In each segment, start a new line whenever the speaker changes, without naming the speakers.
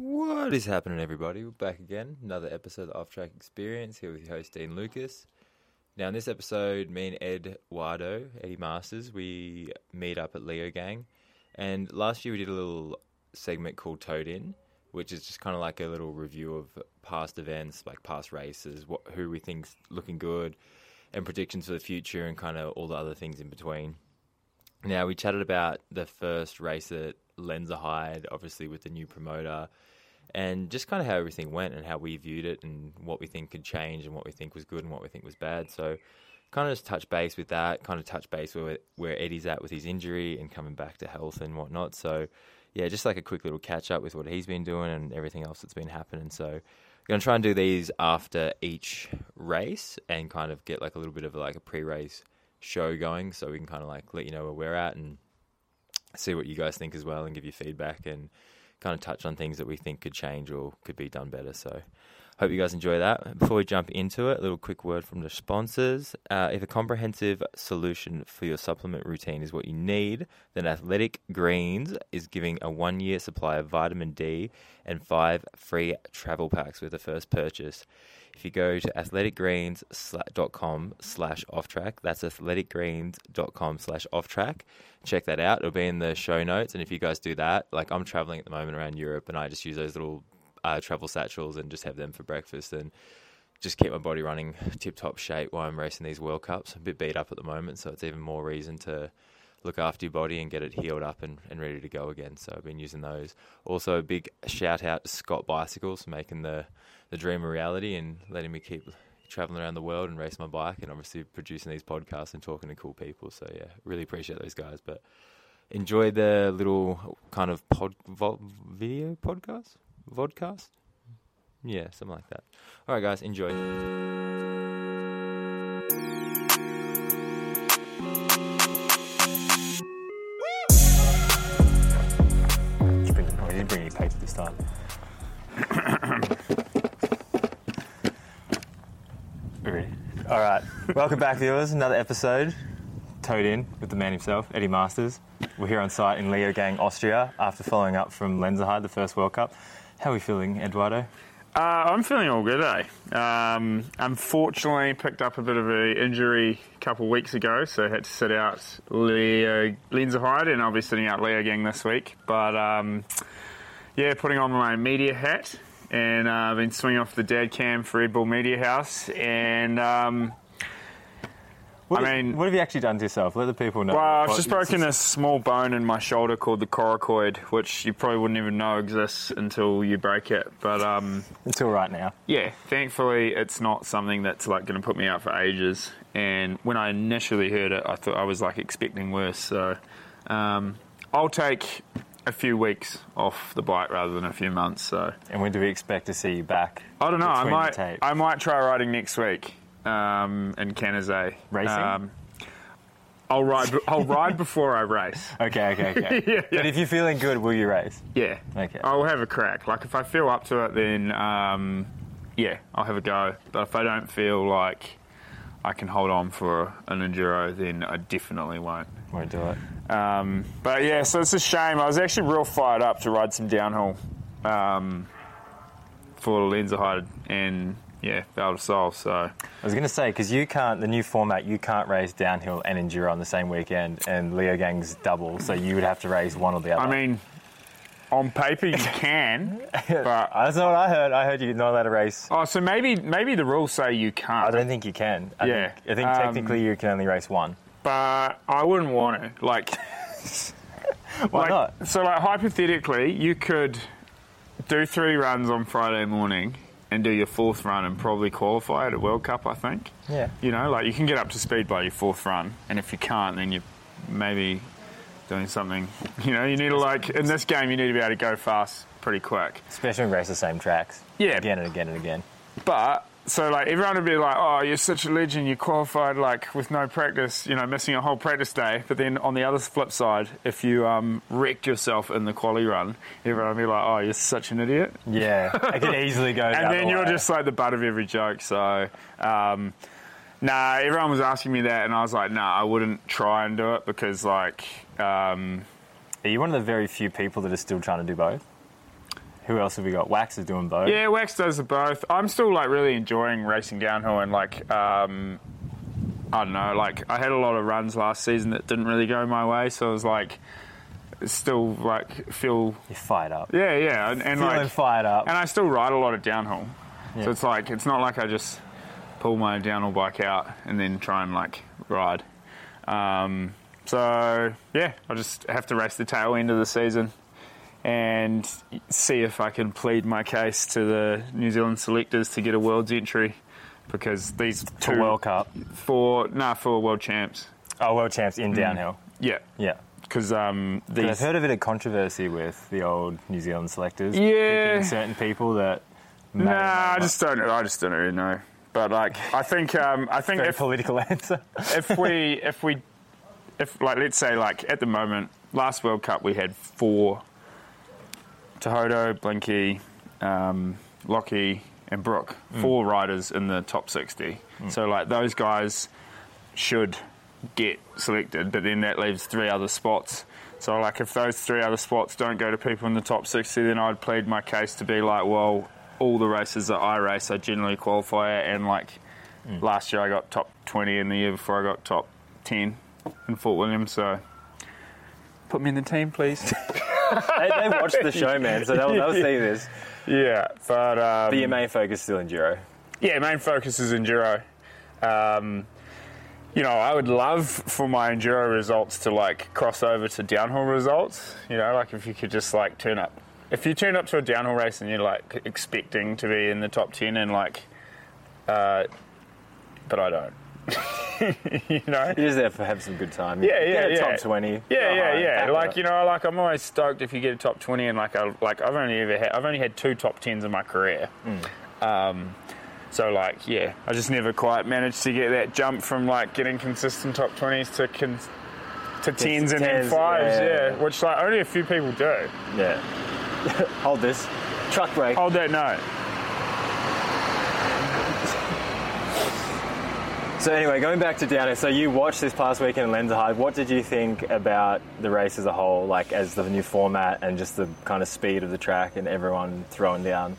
What is happening, everybody? We're back again. Another episode of the Off Track Experience here with your host, Dean Lucas. Now, in this episode, me and Ed Wardo, Eddie Masters, we meet up at Leo Gang. And last year, we did a little segment called Toad In, which is just kind of like a little review of past events, like past races, what, who we think's looking good, and predictions for the future, and kind of all the other things in between. Now, we chatted about the first race at Lenzerheide, obviously, with the new promoter and just kind of how everything went and how we viewed it and what we think could change and what we think was good and what we think was bad. So, kind of just touch base with that, kind of touch base where where Eddie's at with his injury and coming back to health and whatnot. So, yeah, just like a quick little catch up with what he's been doing and everything else that's been happening. So, I'm gonna try and do these after each race and kind of get like a little bit of like a pre-race show going, so we can kind of like let you know where we're at and see what you guys think as well and give you feedback and kind of touch on things that we think could change or could be done better. So, hope you guys enjoy that. Before we jump into it, a little quick word from the sponsors. Uh, if a comprehensive solution for your supplement routine is what you need, then Athletic Greens is giving a one year supply of vitamin D and five free travel packs with the first purchase. If you go to athleticgreens.com slash off track, that's athleticgreens.com slash off track. Check that out. It'll be in the show notes. And if you guys do that, like I'm traveling at the moment around Europe and I just use those little uh, travel satchels and just have them for breakfast and just keep my body running tip top shape while I'm racing these World Cups. I'm a bit beat up at the moment, so it's even more reason to look after your body and get it healed up and, and ready to go again. So I've been using those. Also, a big shout out to Scott Bicycles for making the, the dream a reality and letting me keep traveling around the world and race my bike and obviously producing these podcasts and talking to cool people. So yeah, really appreciate those guys. But enjoy the little kind of pod vo- video podcast vodcast yeah something like that all right guys enjoy bring, i didn't bring any paper this time Ready. all right welcome back viewers another episode towed in with the man himself, Eddie Masters. We're here on site in Leo Gang, Austria, after following up from Lenzerheide, the first World Cup. How are we feeling, Eduardo?
Uh, I'm feeling all good, eh? Um, unfortunately, picked up a bit of an injury a couple of weeks ago, so had to sit out Leo Lenzerheide, and I'll be sitting out Leo Gang this week. But um, yeah, putting on my media hat, and uh, I've been swinging off the dad cam for Red Bull Media House, and um,
What
I mean-
what have you actually done to yourself? Let the people know.
Well, I've
What-
just broken a small bone in my shoulder called the coracoid, which you probably wouldn't even know exists until you break it. But um,
until right now.
yeah, thankfully, it's not something that's like going to put me out for ages. And when I initially heard it, I thought I was like expecting worse. So um, I'll take a few weeks off the bike rather than a few months. So
And when do we expect to see you back?
I don't know. I
between the
might.
tapes?
I might try riding next week um, in Canazay.
Racing?
I'll ride. I'll ride before I race.
okay, okay, okay.
Yeah, yeah.
But if you're feeling good, will you race?
Yeah.
Okay.
I'll have a crack. Like if I feel up to it, then um, yeah, I'll have a go. But if I don't feel like I can hold on for an enduro, then I definitely won't.
Won't do it.
Um, but yeah, so it's a shame. I was actually real fired up to ride some downhill um, for Lenzerheide and yeah, Val de Sol. So
I was going to say because you can't the new format you can't race downhill and enduro on the same weekend, and Leo Gang's double, so you would have to race one or the other.
I mean, on paper you can, but
That's not what I heard. I heard you're not allowed to race.
oh, so maybe maybe the rules say you can't.
I don't think you can. I
Yeah.
Think, I think
Um,
technically you can only race one.
but I wouldn't want to. Like,
Why
like-
not?
So, like, hypothetically, you could do three runs on Friday morning and do your fourth run and probably qualify at a World Cup, I think.
Yeah.
You know, like, you can get up to speed by your fourth run, and if you can't, then you're maybe doing something. You know, you need to, like, in this game, you need to be able to go fast pretty quick.
Especially when you race the same tracks.
Yeah.
Again and again and again.
But so like everyone would be like, "Oh, you're such a legend! You qualified like with no practice, you know, missing a whole practice day." But then on the other flip side, if you um, wrecked yourself in the quali run, everyone would be like, "Oh, you're such an idiot!"
Yeah. it could easily go. the
And
other
then you're
way.
just like the butt of every joke. So. Um, Nah, everyone was asking me that, and I was like, nah, I wouldn't try and do it because, like, um,
Are you one of the very few people that are still trying to do both?
Who else have we got? Wax is doing both.
Yeah, Wax does both. I'm still like really enjoying racing downhill and like um, I don't know, like I had a lot of runs last season that didn't really go my way, so I was like still like feel
You're fired up.
yeah yeah and, and
Feeling
like
fired up.
and I still ride a lot of downhill,
Yeah.
so it's like it's not like I just pull my downhill bike out and then try and like ride. Um, so yeah, I just have to race the tail end of the season and see if I can plead my case to the New Zealand selectors to get a world's entry because these
to
two
World Cup.
four nah four world champs
Oh, World Champs
Mm.
in downhill.
yeah
Yeah.
because um
But
these
I've heard a bit of controversy with the old New Zealand selectors.
Yeah.
picking certain people that. may or may
nah I
not-
just don't I just don't really know but like I think um I think
Very
if
political answer.
if we if we if like let's say like at the moment last World Cup we had four Tohoto, Blinky, um, Lockie and Brooke, four riders in the top sixty. So like those guys should get selected, but then that leaves three other spots. So like if those three other spots don't go to people in the top sixty, then I'd plead my case to be like, well, all the races that I race, I generally qualify at, and like last year I got top twenty, and the year before I got top ten in Fort William. So put me in the team, please.
they, they watched the show, man, so they'll, they'll see this.
yeah, but um,
But your main focus is still enduro.
Yeah, main focus is enduro. Um, you know, I would love for my enduro results to like cross over to downhill results. You know, like if you could just like turn up. If you turn up to a downhill race and you're like expecting to be in the top 10 and like, uh, but I don't. you know?
You're just there for have some good time.
Yeah, yeah,
Get a
yeah.
Top twenty.
Yeah, yeah, yeah. Like
you.
you know, like I'm always stoked if you get a top twenty, and like I like I've only ever had I've only had two top tens in my career. Um, so like yeah, I just never quite managed to get that jump from like getting consistent top twenties to con- to tens and then
tens,
fives.
yeah.
Yeah. which like only a few people do.
Yeah. Hold this. Truck brake.
Hold that note.
So anyway, going back to Downhill, so you watched this past weekend in Lenzerheide. What did you think about the race as a whole, like as the new format and just the kind of speed of the track and everyone throwing down?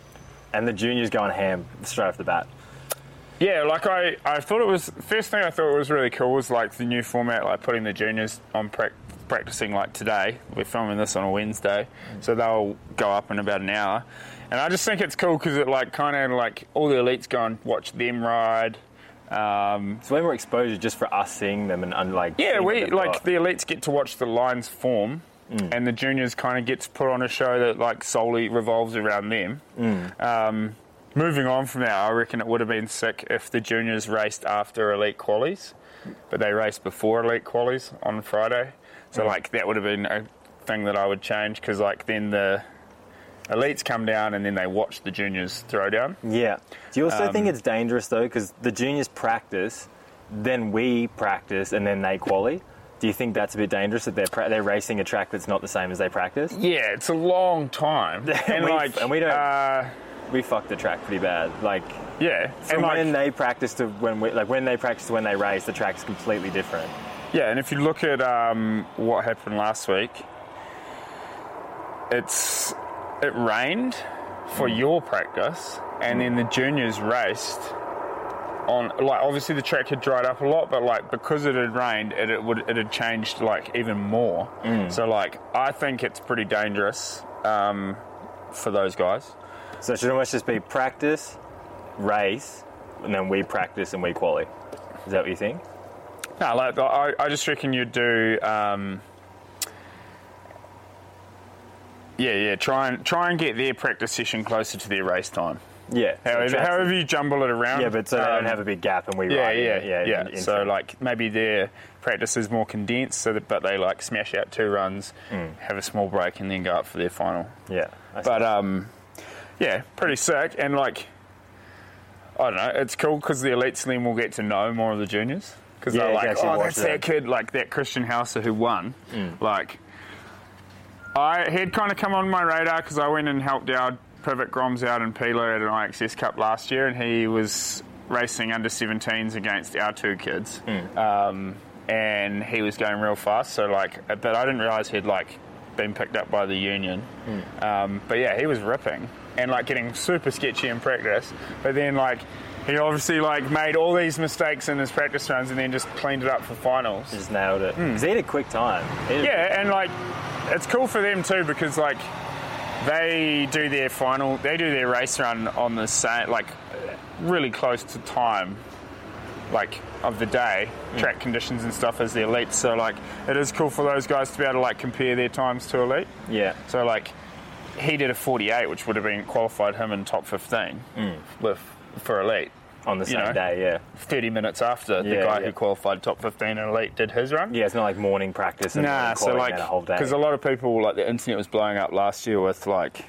And the juniors going ham straight off the bat.
Yeah, like I, I thought it was first thing I thought was really cool was like the new format, like putting the juniors on prac practicing like today. We're filming this on a Wednesday, so they'll go up in about an hour, and I just think it's cool because it like kind of like all the elites go and watch them ride. Um,
It's way more exposure just for us seeing them and, and like
yeah,
seeing what
we
they've
like
got.
the elites get to watch the lines form, and the juniors kind of gets put on a show that like solely revolves around them. Um, moving on from that, I reckon it would have been sick if the juniors raced after elite qualies, but they raced before elite qualies on Friday. So like that would have been a thing that I would change because like then the elites come down and then they watch the juniors throw down.
yeah. Do you also think
Um,
it's dangerous though, because the juniors practice, then we practice, and then they quali? Do you think that's a bit dangerous that they're pra- they're racing a track that's not the same as they practice?
Yeah, it's a long time, and
We-
like
and we don't-
Uh,
We fucked the track pretty bad. Like
yeah, and
From
like,
when they practice to when we, like when they practice to when they race, the track's completely different.
Yeah, and if you look at um, what happened last week, it's it rained for your practice, and then the juniors raced on like obviously the track had dried up a lot, but like because it had rained, it, it would it had changed like even more. So like I think it's pretty dangerous um, for those guys.
So it should almost just be practice, race, and then we practice and we quali. Is that what you think?
No, like I, I just reckon you'd do. Um, yeah, yeah. Try and try and get their practice session closer to their race time.
Yeah. so
However,
tracks-
however you jumble it around.
yeah, but so they
um,
don't have a big gap and we
yeah,
ride in-
yeah, yeah,
in- in
so
sync.
like maybe their practice is more condensed, so that but they like smash out two runs,
Hmm.
have a small break, and then go up for their final.
yeah. I see.
But um, yeah, pretty sick. And like, I don't know, it's cool because the elites then will get to know more of the juniors because
Yeah,
they're
you can
like,
actually
oh,
watch Mm.
that's
them."
that kid, like that Christian Houser who won. Like, I he had kind of come on my radar because I went and helped out Pivot Groms out in Pilo at an IXS Cup last year, and he was racing under 17s against our two kids. Um, and he was going real fast, so like, but I didn't realise he'd like been picked up by the union. Um, but yeah, he was ripping and like getting super sketchy in practice. But then like he obviously like made all these mistakes in his practice runs and then just cleaned it up for finals.
Just nailed it. 'Cause he had a quick time. He had a-
Hmm. Yeah, and like it's cool for them too because like they do their final, they do their race run on the same, like really close to time, like of the day, track conditions and stuff as the elite. So like it is cool for those guys to be able to like compare their times to elite.
yeah.
So like he did a 48, which would have been qualified him in top 15
Mm.
with for elite.
On the
you
same
know.
day, yeah.
30 minutes after the
Yeah,
guy
yeah.
who qualified top 15 in elite did his run.
Yeah, it's not like morning practice and
Nah,
nah,
so like,
a whole day.
because a lot of people, like the internet was blowing up last year with like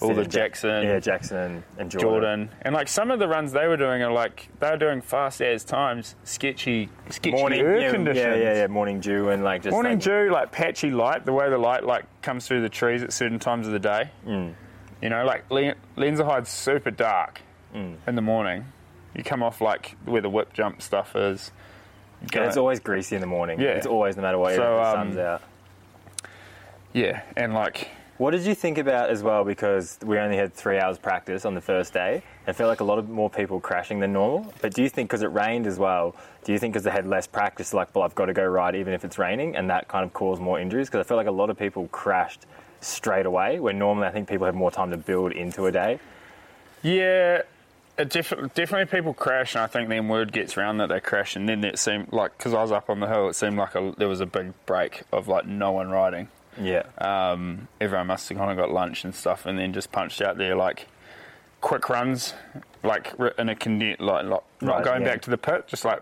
all the
Yeah, Ja-
Jackson,
yeah, Jackson and, and Jordan.
Jordan, and like some of the runs they were doing are like they were doing fast as times, sketchy, sketchy
Morning
air
yeah,
conditions.
Yeah, yeah, yeah. Morning dew and like just
Morning
like,
dew, like patchy light, the way the light like comes through the trees at certain times of the day.
Mm.
You know, like Le- Lenzerhide's super dark
Mm.
in the morning. You come off like where the whip jump stuff is.
And it's always greasy in the morning.
Yeah.
It's always no matter what.
So,
even if the
um,
sun's out.
yeah, and like
What did you think about as well? Because we only had three hours practice on the first day. It felt like a lot of more people crashing than normal. But do you think because it rained as well? Do you think because they had less practice, like, well, I've got to go ride even if it's raining, and that kind of caused more injuries? Because I felt like a lot of people crashed straight away, where normally I think people have more time to build into a day.
Yeah, it def- definitely people crash, and I think then word gets around that they crash, and then it seemed like because I was up on the hill, it seemed like a, there was a big break of like no one riding.
Yeah.
Um, everyone must have kind of got lunch and stuff, and then just punched out there like quick runs, like r- in a condensed, like not, not
Right,
going
yeah.
back to the pit, just like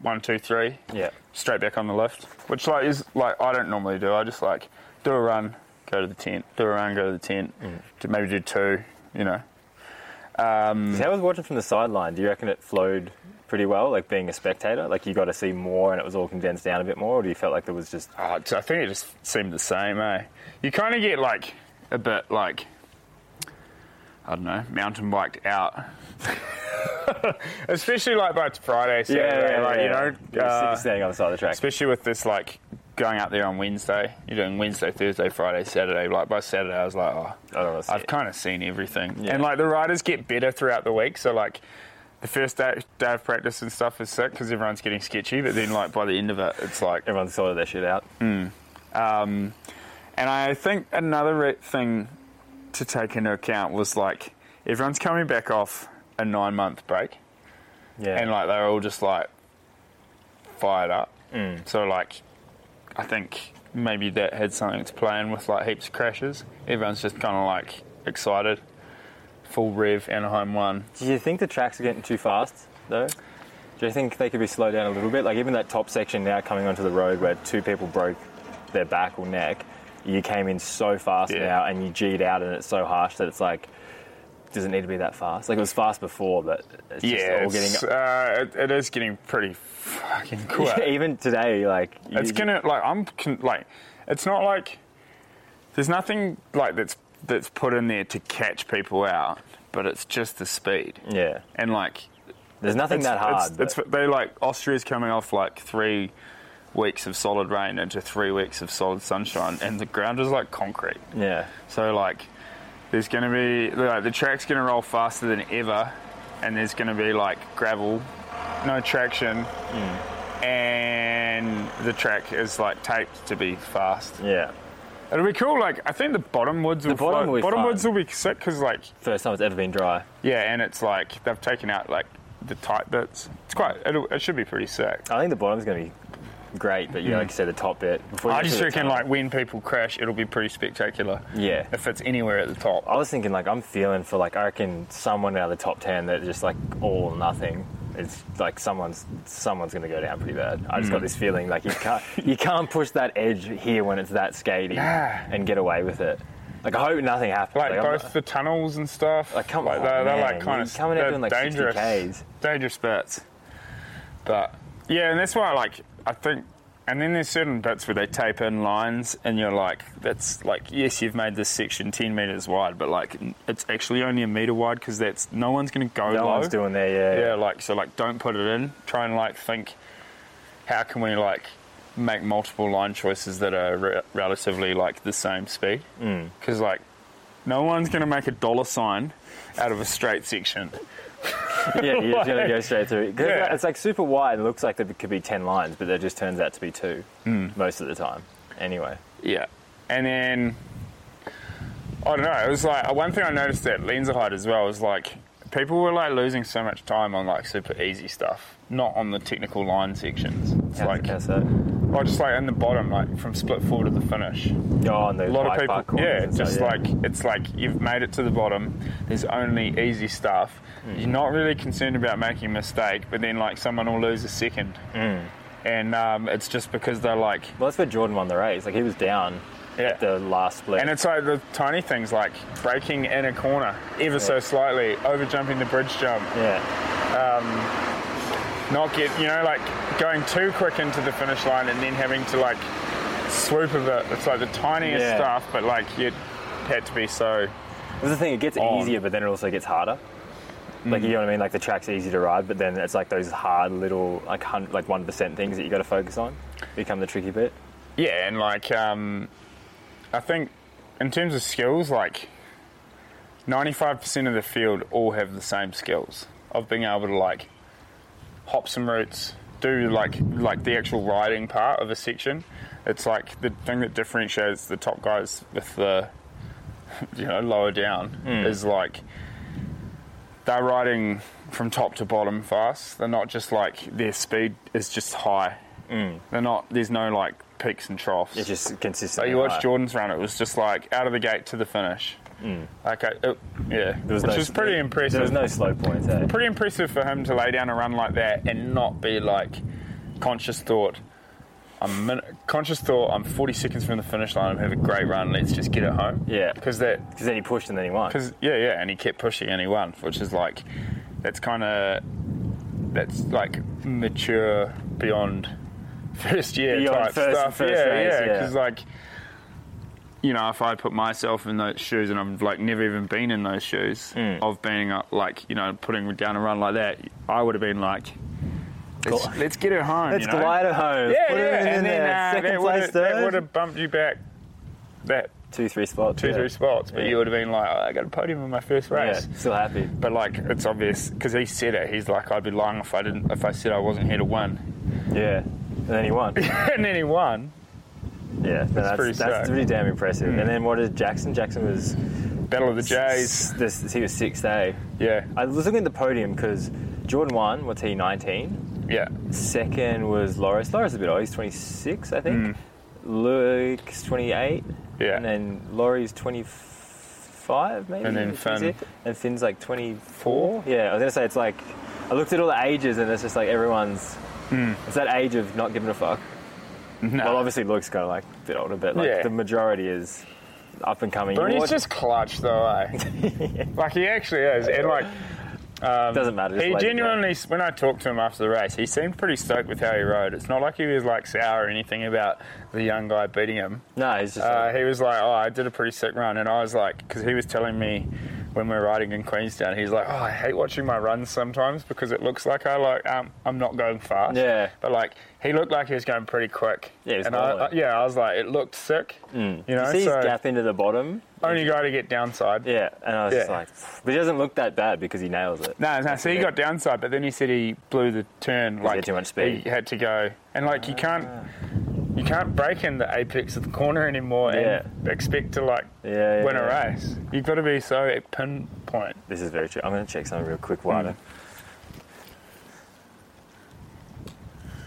one, two, three,
yeah.
straight back on the lift, which like is like I don't normally do. I just like do a run, go to the tent, do a run, go to the tent,
Mm.
do, maybe do two, you know. mm.
'Cause How was watching from the sideline? Do you reckon it flowed pretty well, like being a spectator? Like you got to see more and it was all condensed down a bit more, or do you felt like there was just
Oh, it's- I think it just seemed the same, eh? You kind of get like a bit like I don't know, mountain biked out, especially like by Friday, Saturday, like you know,
You're
uh,
standing on the side of the track.
especially with this like going out there on Wednesday. You're doing Wednesday, Thursday, Friday, Saturday. Like by Saturday, I was like, oh,
I don't wanna see
I've
it.
kind of seen everything,
Yeah.
and like the riders get better throughout the week. So like. The first day, day of practice and stuff is sick because everyone's getting sketchy, but then like by the end of it, it's like
Everyone sorted their shit out.
um, and I think another re- thing to take into account was like everyone's coming back off a nine month break,
Yeah.
and like they're all just like fired up. So like, I think maybe that had something to play in with like heaps of crashes. Everyone's just kind of like excited, full rev Anaheim one.
do you think the tracks are getting too fast though? Do you think they could be slowed down a little bit? Like even that top section now coming onto the road where two people broke their back or neck, you came in so fast
Yeah.
now and you G'd out and it's so harsh that it's like does it need to be that fast? Like it was fast before, but it's just all getting
it's, uh, it, it is getting pretty fucking quick.
even today, like you-
It's gonna like I'm con- like, it's not like there's nothing like that's that's put in there to catch people out, but it's just the speed
Yeah,
and like
there's nothing
it's,
that hard.
It's, it's they like Austria's coming off like three weeks of solid rain into three weeks of solid sunshine, and the ground is like concrete.
but- yeah,
So like, there's gonna be like the track's gonna roll faster than ever, and there's gonna be like gravel, no traction,
Hmm.
and the track is like taped to be fast.
yeah.
It'll be cool. Like I think the bottom woods will
bottom
float-
will be
bottom
fun.
woods will be sick because like
First time it's ever been dry.
yeah, and it's like they've taken out like the tight bits. It's quite. It'll, it should be pretty sick.
I think the bottom's gonna be great, but yeah, like you said, the top bit. Before you
Hmm. I
get
just
to the
reckon
tunnel-
like when people crash, it'll be pretty spectacular.
Yeah.
If it's anywhere at the top.
I was thinking like I'm feeling for like I reckon someone out of the top ten that just like all or nothing. It's like someone's someone's gonna go down pretty bad. I
Hmm.
just got this feeling like you can't you can't push that edge here when it's that skating
Nah.
and get away with it. Like I hope nothing happens.
like,
I'm
both
not-
the tunnels and stuff.
Like, come on,
they're, they're
man.
like kind
You're
of
coming out
they're
doing, like, 60
dangerous,
Ks.
dangerous bits. But yeah, and that's why like I think, and then there's certain bits where they tape in lines, and you're like, that's like yes, you've made this section 10 meters wide, but like it's actually only a meter wide because that's no one's going to go
no
low.
one's doing there. Yeah,
Yeah, like so, like don't put it in. Try and like think, how can we like make multiple line choices that are re- relatively like the same speed. Because like, no one's going to make a dollar sign out of a straight section.
Yeah, you're just gonna go straight through. 'Cause
Yeah.
It's like super wide. It looks like there could be ten lines, but there just turns out to be two
Hmm.
most of the time. Anyway,
Yeah. And then I don't know, it was like one thing I noticed at Lenzerheide as well was like people were like losing so much time on like super easy stuff, not on the technical line sections. It's
how's
like
how's that?
or just like in the bottom, like from split four to the finish.
Oh, and the
A lot
bike
of
park
people,
corners
yeah,
and stuff,
just like it's like you've made it to the bottom. There's only easy stuff. You're not really concerned about making a mistake, but then like someone will lose a second, and um, it's just because they're like
Well, that's where Jordan won the race. Like he was down
Yeah.
at the last split.
And it's like the tiny things like breaking in a corner ever so slightly, over jumping the bridge jump,
yeah,
not get, you know, like going too quick into the finish line and then having to like swoop a bit. It's like the tiniest
Yeah.
stuff, but like you had to be so.
that's the thing. It gets
On. Mm.
easier, but then it also gets harder. Like you know what I mean? Like the track's easy to ride, but then it's like those hard little like hun- like one percent things that you got to focus on become the tricky bit.
Yeah, and like, um, I think in terms of skills, like 95% of the field all have the same skills of being able to like hop some routes, do like like the actual riding part of a section. It's like the thing that differentiates the top guys with the you know lower down is like they're riding from top to bottom fast. They're not just like their speed is just high. They're not. There's no like peaks and troughs.
It's just consistent.
So you
hard.
watched Jordan's run; it was just like out of the gate to the finish. Okay, it, yeah,
Mm. There
which
no-
was pretty
there-
impressive
There was no slow points. Eh?
pretty impressive for him to lay down a run like that and not be like conscious thought. I'm min- conscious thought. I'm 40 seconds from the finish line. I'm having a great run. Let's just get it home.
Yeah.
because that
Because then he pushed and then he won.
because yeah, yeah, and he kept pushing and he won, which is like that's kind of that's like mature beyond first year
Beyond
type
first-
stuff.
first
yeah,
race,
yeah,
yeah.
because like you know, if I put myself in those shoes and I've like never even been in those shoes
Hmm.
of being uh, like you know putting down a run like that, I would have been like. Let's, let's get it home.
Let's
you know?
glide it home.
Yeah,
Put
yeah.
it
and
in
then
there.
uh,
Second
that
place,
would've- that
third.
would have bumped you back that
two, three spots.
two,
yeah.
three spots, but
Yeah.
you would have been like, oh, I got a podium in my first
Yeah,
race.
still happy.
But like, it's obvious because he said it. He's like, I'd be lying if I didn't, if I said I wasn't here to win.
Yeah, and then he won.
and then he won.
Yeah, no, that's
pretty
that's, that's
sick. Hmm.
pretty damn impressive. And then what did Jackson? Jackson was
Battle of the Jays.
This, he was sixth A.
Yeah,
I was looking at the podium because Jordan won. What's he? Nineteen.
yeah.
Second was Loris. Loris is a bit old. He's twenty six, I think. Luke's twenty eight.
Hmm. Yeah.
And then Laurie's twenty five, maybe.
And then
Is
Finn.
it? And Finn's like twenty
Four.
Yeah, I was gonna say it's like I looked at all the ages and it's just like everyone's.
Hmm.
It's that age of not giving a fuck.
No.
Well, obviously Luke's kind of like a bit older, but like
Yeah.
the majority is up and coming.
Bernie's
What-
just clutch though, eh? like he actually is, and like
doesn't matter. just
he
let it go.
genuinely. When I talked to him after the race, he seemed pretty stoked with how he rode. It's not like he was like sour or anything about the young guy beating him.
No, he's just.
Uh,
like,
he was like, "Oh, I did a pretty sick run," and I was like, because he was telling me when we were riding in Queenstown, he's like, "Oh, I hate watching my runs sometimes because it looks like I like um, I'm not going fast."
Yeah.
But like, he looked like he was going pretty quick.
Yeah, he was
and I,
rolling.
I- yeah, I was like, it looked sick. You
you
know,
see
so
his gap into the bottom.
only guy to get downside.
Yeah, and I was just
Yeah.
like, "Pff," but he doesn't look that bad because he nails it.
No, no. So he
it.
got downside, but then he said he blew the turn. Like
had too much speed. Ah.
He had to go, and like you can't, you can't break in the apex of the corner anymore and expect to like
Yeah, yeah,
win
yeah.
a race. You've got to be so at pinpoint.
This is very true. I'm going to check something real quick while I-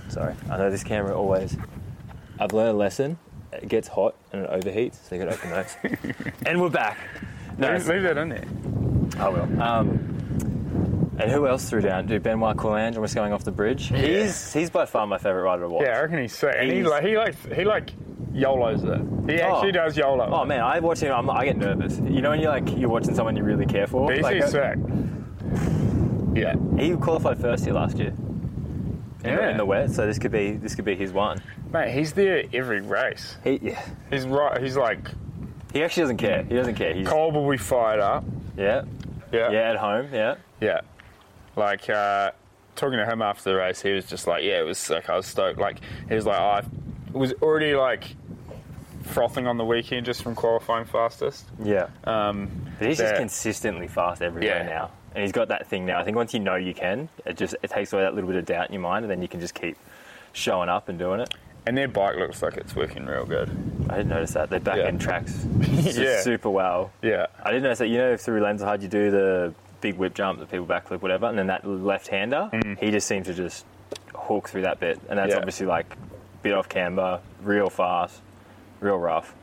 Sorry, I know this camera always. I've learned a lesson. It gets hot and it overheats, so you got to open those. and we're back. No,
Leave, leave that in there.
I will. Um, and who else threw down? Dude, Benoit Coulange, almost going off the bridge. He's he's by far my favourite rider to watch.
Yeah, I reckon he's sick. And he
He's-
like he like he like YOLO's it. He actually does YOLO.
Oh man, I watch him. I'm, I get nervous. You know when you're like you're watching someone you really care for.
DC's
Like, uh,
sick. Yeah.
he qualified first here last year. In, the,
Yeah.
in the wet, so this could be this could be his one.
Mate, he's there every race.
He yeah.
He's right. He's like
He actually doesn't care. He doesn't care. He's
Cole will be fired up.
yeah
Yeah.
yeah at home yeah.
Yeah. Like, uh, talking to him after the race, he was just like, yeah, it was sick. I was stoked. Like, he was like, oh, I was already like frothing on the weekend just from qualifying fastest.
Yeah.
Um,
But he's just
that-
consistently fast everywhere
Yeah.
now. And he's got that thing now. I think once you know you can, it just it takes away that little bit of doubt in your mind and then you can just keep showing up and doing it.
and their bike looks like it's working real good.
I didn't notice that. Their back
Yeah.
end tracks just
Yeah.
super well.
Yeah.
I didn't notice that. You know, through Lenzerheide, you do the big whip jump, the people backflip, whatever, and then that left hander, he just seems to just hook through that bit. And that's
Mm. Yeah.
obviously like bit off camber, real fast, real rough.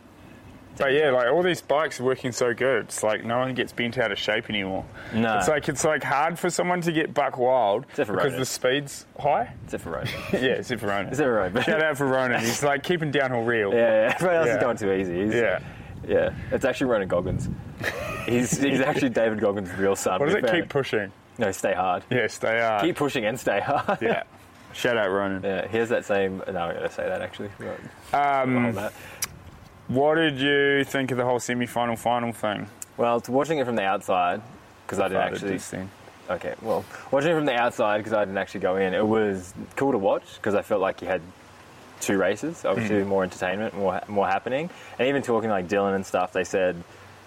But yeah, like all these bikes are working so good. It's like no one gets bent out of shape anymore.
No.
It's like it's like hard for someone to get buck wild
Except for
because
Ronan.
the speed's high.
Except for Ronan.
yeah, except for Ronan.
Except for Ronan.
Shout out for Ronan. He's like keeping downhill real.
Yeah, yeah. Everyone else
Yeah.
is going too easy. He's-
Yeah.
Yeah, it's actually Ronan Goggins. he's, he's actually David Goggins' real son.
What does
We've
it keep
found-
pushing?
no, stay hard.
Yes, they are.
Keep pushing and stay hard.
Yeah. Shout out Ronan.
Yeah, here's that same. No, I'm gonna say that actually.
Um,
Hold that.
what did you think of the whole semi-final final thing?
Well, it's watching it from the outside because I didn't actually.
Thing.
Okay, well, watching it from the outside because I didn't actually go in. It was cool to watch because I felt like you had two races, obviously more entertainment, more more happening, and even talking like Dylan and stuff. They said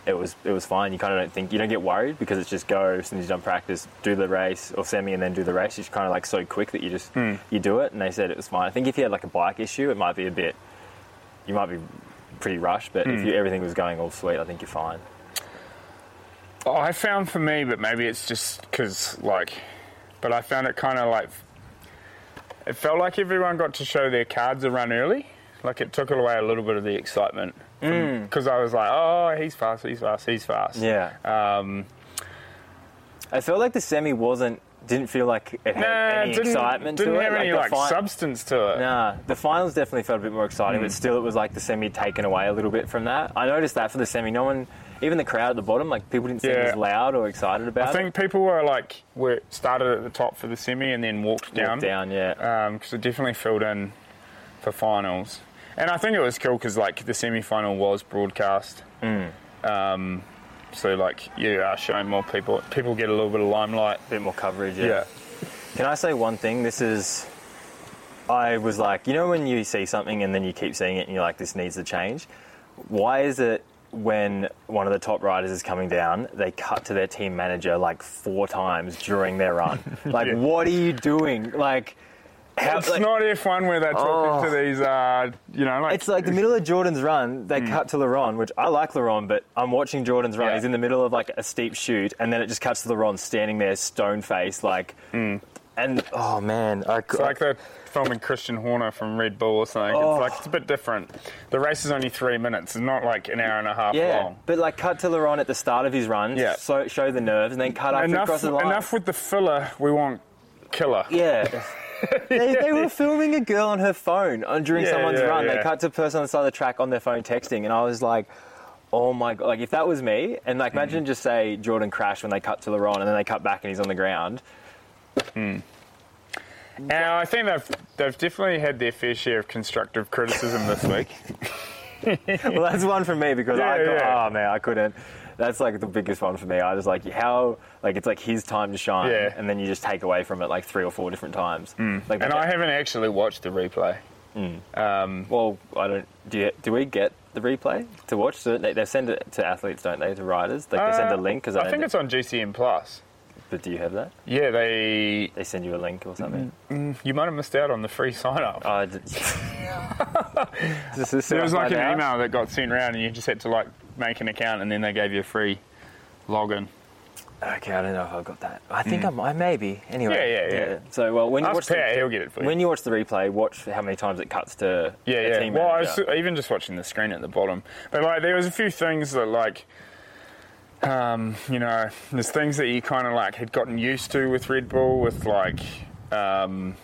it was it was fine. You kind of don't think you don't get worried because it's just go as soon as you've done practice, do the race or semi, and then do the race. It's kind of like so quick that you just you do it. And they said it was fine. I think if you had like a bike issue, it might be a bit. You might be pretty rushed, but if you, everything was going all sweet, I think you're fine.
Oh, I found for me, but maybe it's just because, like, but I found it kind of like it felt like everyone got to show their cards a run early. Like it took away a little bit of the excitement because I was like, oh, he's fast, he's fast, he's fast.
Mm. Yeah.
Um,
I felt like the semi wasn't didn't feel like it had
nah,
any
didn't,
excitement
didn't
to it.
have any
the
like,
fi-
substance to it.
Nah, the finals definitely felt a bit more exciting,
Hmm.
but still, it was like the semi taken away a little bit from that. I noticed that for the semi, no one, even the crowd at the bottom, like people didn't seem
Yeah.
as loud or excited about
I think people were like were started at the top for the semi and then walked
it.
down.
Walked down, yeah.
because Um, it definitely filled in for finals. And I think it was cool because like the semi-final was broadcast,
Hmm.
um, so like you are showing more people. People get a little bit of limelight.
a bit more coverage.
Yeah,
Can I say one thing? This is. I was like, you know, when you see something and then you keep seeing it and you're like, this needs to change? Why is it when one of the top riders is coming down, they cut to their team manager like four times during their run? Like,
Yeah.
what are you doing? Like, how,
it's
like-
not F1 where they're talking
Oh.
to these, uh, you know, like
It's like the middle of Jordan's run, they cut to LaRon, which I like LaRon, but I'm watching Jordan's run.
Mm. Yeah.
He's in the middle of like a steep chute, and then it just cuts to LaRon standing there, stone faced, like.
Mm.
And oh man, I,
It's like they're filming Christian Horner from Red Bull or something.
Oh.
It's like it's a bit different. The race is only three minutes. It's not like an hour and a half
Yeah,
long.
but like cut to Laurent at the start of his run,
Yeah.
so, show the nerves, and then cut up
Enough,
across the line.
enough with the filler. We want killer.
Yeah. they, they were filming a girl on her phone on, during
Yeah,
someone's
yeah,
run. They
yeah.
cut to a person on the side of the track on their phone texting, and I was like, oh my god! Like if that was me, and like
Mm.
imagine just say Jordan crashed when they cut to Laurent, and then they cut back and he's on the ground.
And I think they've they've definitely had their fair share of constructive criticism this week.
Well, that's one for me because I
Yeah,
cou-
yeah.
oh man, I couldn't. That's like the biggest one for me. I was like, how like it's like his time to shine,
Yeah. Mm.
and then you just take away from it like three or four different times. Like,
And I haven't actually watched the replay.
Well, I don't. Do, you, do we get the replay to watch? Do They, they send it to athletes, don't they? To riders, like they send a
Uh,
link because I,
I
don't
think it's on GCN Plus.
But do you have that?
Yeah, they.
They send you a link or something.
You might have missed out on the free sign up.
Oh, d- Does this
there was
sound
like an
right now?
email that got sent around, and you just had to like make an account, and then they gave you a free login.
Okay, I don't know if I've got that. I think I'm, I maybe. Anyway.
Yeah, yeah, yeah.
So, well, when you watch
Ask Pat, he'll get it for
the,
you.
when you watch the replay, watch how many times it cuts to a
yeah, yeah.
team
Well, I was
manager.
even just watching the screen at the bottom, but like there was a few things that like, um, you know, there's things that you kind of like had gotten used to with Red Bull, with like, um,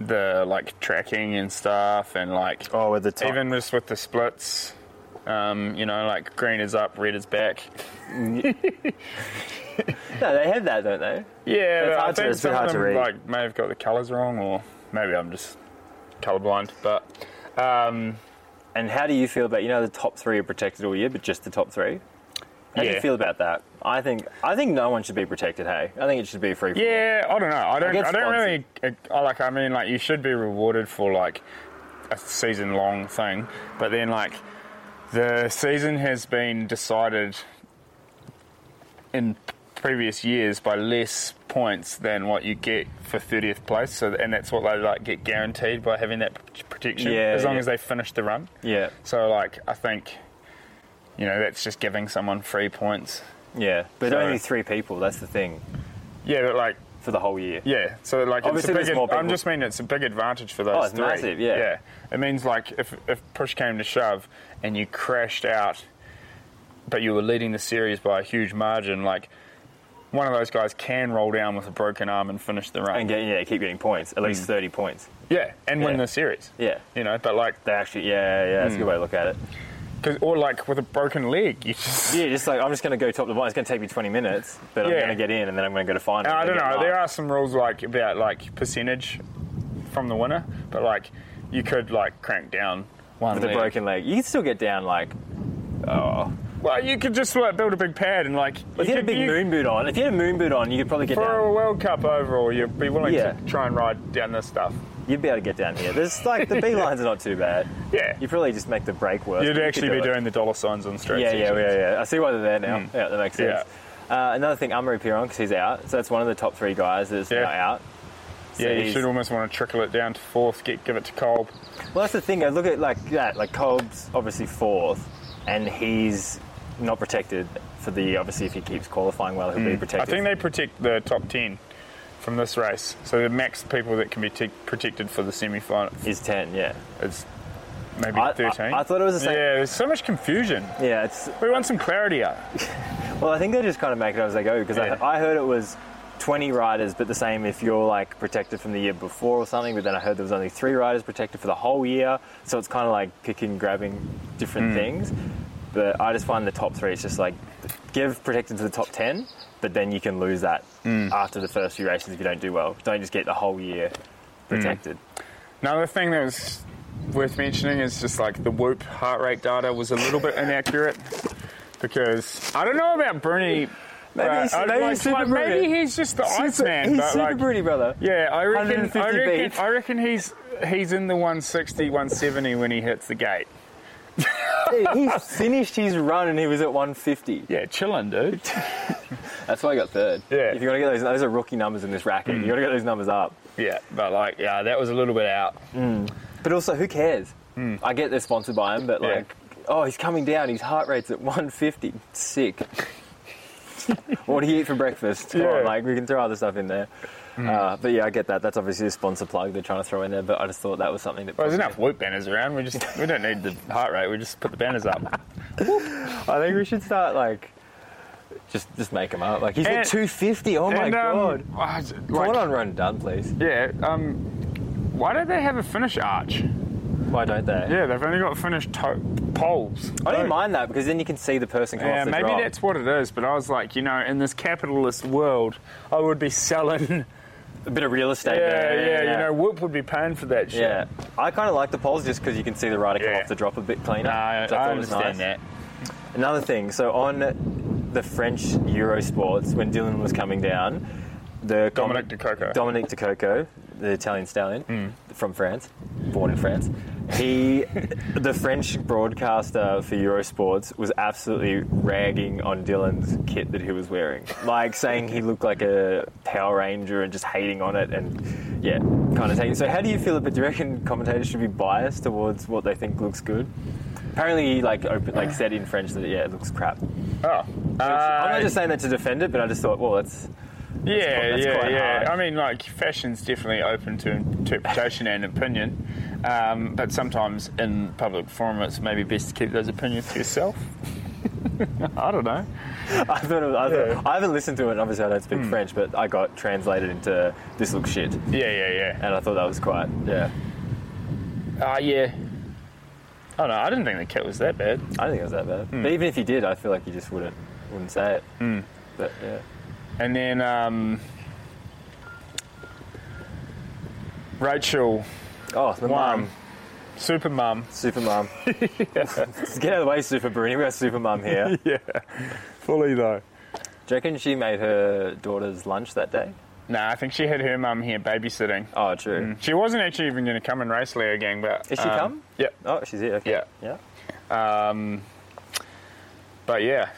the like tracking and stuff, and like
Oh, with the time.
even just with the splits. Um, you know, like green is up, red is back.
no, they have that, don't they?
Yeah,
It's
but I
hard to-
think
it's
some
hard
of
to
them
read.
like may have got the colours wrong, or maybe I'm just colourblind. But um,
And how do you feel about you know the top three are protected all year, but just the top three? How do
Yeah.
you feel about that? I think I think no one should be protected. Hey, I think it should be free. for all.
Yeah, I don't know. I don't.
gets
I don't really. I like. I mean, like, you should be rewarded for like a season long thing, but then like the season has been decided in previous years by less points than what you get for 30th place. So and that's what they like get guaranteed by having that p- protection
Yeah,
as long
yeah.
as they finish the run.
Yeah.
So like I think you know that's just giving someone free points.
Yeah. But
So-
only three people. That's the thing
Yeah, but like
for the whole year.
Yeah, so like
Obviously
it's
there's
a big.
more
I'm
people.
just mean it's a big advantage for those
Oh, it's
three.
massive, yeah.
yeah. It means like if if push came to shove and you crashed out, but you were leading the series by a huge margin, like one of those guys can roll down with a broken arm and finish the run.
And get, yeah, keep getting points. At
Mm.
least thirty points.
yeah, and win
Yeah.
the series.
Yeah.
You know, but like,
They actually. Yeah. Yeah.
Mm.
That's a good way to look at it.
'cause- or like with a broken leg, you just.
Yeah. Just like I'm just going to go top the bottom. It's going to take me 20 minutes, but I'm
Yeah.
going to get in, and then I'm going to go to final.
And I
and
don't
get
know. There
marked.
are some rules like about like percentage from the winner, but like you could like crank down one
with a
leg.
broken leg. You can still get down like.
Well, you could just like, build a big pad and like.
If you had a
could-
big
you-
moon boot on, if you had a moon boot on, you could probably get
for
down.
a World Cup overall, you'd be willing
Yeah.
to try and ride down this stuff.
You'd be able to get down here. There's like the B lines are not too bad.
Yeah,
You probably just make the break work.
you'd
but you
actually
could
be
do it.
doing Hmm. the dollar signs on straight.
Yeah, yeah,
sections.
yeah, yeah. I see why they're there now. Yeah, that makes sense. Uh, another thing, Amri Piron, because he's out, so that's one of the top three guys that's
Yeah.
now out. So
Yeah, you
he's-
should almost want to trickle it down to fourth. Get give it to Kolb.
Well, that's the thing. I look at like that. Like Cobb's obviously fourth, and he's not protected for the obviously if he keeps qualifying well, he'll be
Hmm. I
protected.
think they protect the top ten from this race, so the max people that can be t- protected for the semi final
is ten. Yeah,
is maybe
I- I-
thirteen.
I thought it was the same-
Yeah, there's so much confusion.
yeah. It's
We want some clarity up.
well, I think they just kind of make it up as they go because
Yeah.
I, I heard it was. 20 riders, but the same if you're like protected from the year before or something. But then I heard there was only three riders protected for the whole year, so it's kind of like picking, grabbing
Hmm.
different things. But I just find the top three, it's just like give protected to the top 10, but then you can lose that
Hmm.
after the first few races if you don't do well. Don't just get the whole year protected.
Another thing that was worth mentioning is just like the Whoop heart rate data was a little bit inaccurate because I don't know about Bruni.
Maybe
but
he's-
I-
maybe
like,
he's super
like,
Bruni.
maybe he's just the ice man.
he's
but,
super
like,
pretty, brother.
Yeah, I reckon, I
150
reckon,
beef.
I reckon he's he's in the 160, 170 when he hits the gate.
he finished his run and he was at 150.
Yeah, chilling, dude.
That's why I got third.
Yeah. Hmm.
If you want to get those, those are rookie numbers in this racket. You got to get those numbers up.
yeah, but like, yeah, that was a little bit out.
But also, who cares? I get they're sponsored by him, but
Hmm. Yeah.
like, oh, he's coming down. His heart rate's at 150. Sick. what do you eat for breakfast? Come
Yeah. Hmm.
on, like we can throw other stuff in there. Uh, but yeah, I get that. That's obviously a sponsor plug they're trying to throw in there. But I just thought that was something that.
Well, there's enough Whoop banners around. We just we don't need the heart rate. We just put the banners up.
Oh I think we should start like. Just, just make him up. Like he's
And-
at 250. Oh my
And, um,
god!
I-
Come
like-
on, run done, please.
Yeah. Um, why don't they have a finish arch?
Why don't they?
Yeah, they've only got finished to- poles.
I don't mind that because then you can see the person come
Yeah,
off the
maybe
drop.
that's what it is. But I was like, you know, in this capitalist world, I would be selling.
a bit of real estate.
Yeah, yeah,
there.
you know, Whoop would be paying for that shit.
Yeah, I kind of like the poles just because you can see the rider come
Yeah.
off the drop a bit cleaner.
No, I,
which thought
I
was
understand
nice.
that.
Another thing, so on the French Eurosports, when Dylan was coming down, the com-
Dominic De Coco.
Dominic De Coco, the Italian stallion from France, born in France, he, the French broadcaster for Eurosports, was absolutely ragging on Dylan's kit that he was wearing, like saying he looked like a Power Ranger and just hating on it, and yeah, kind of taking. So, how do you feel about? Do you reckon commentators should be biased towards what they think looks good? Apparently, he like open, like said in French that yeah, it looks crap.
Oh,
I'm
uh,
not just saying that to defend it, but I just thought, well, that's
Yeah,
quite- that's
yeah,
quite
yeah.
hard.
I mean, like, fashion's definitely open to interpretation and opinion, um, but sometimes in public forum, it's maybe best to keep those opinions to yourself. I don't know.
I thought, it was, I, thought
Yeah. Hmm.
I haven't listened to it. Obviously, I don't speak French, but I got translated into "this looks shit," and
Yeah, yeah, yeah.
I thought that was quite yeah.
Ah, yeah. Oh no, I didn't think the kit was that bad.
I don't think it was that bad.
Hmm.
But even if you did, I feel like you just wouldn't wouldn't say it. But yeah,
And then um, Rachel,
oh, the
mum,
mum,
super mum,
super mum. Let's get out of the way, super Bruni. We got super mum here. Do
fully though.
you reckon she made her daughter's lunch that day?
Nah, I think she had her mum here babysitting.
Oh, true.
She wasn't actually even going to come and race Leo Gang, but
Is she
um,
come?
Yep.
Oh, she's here. Okay.
Yeah.
Yeah.
Um, but yeah,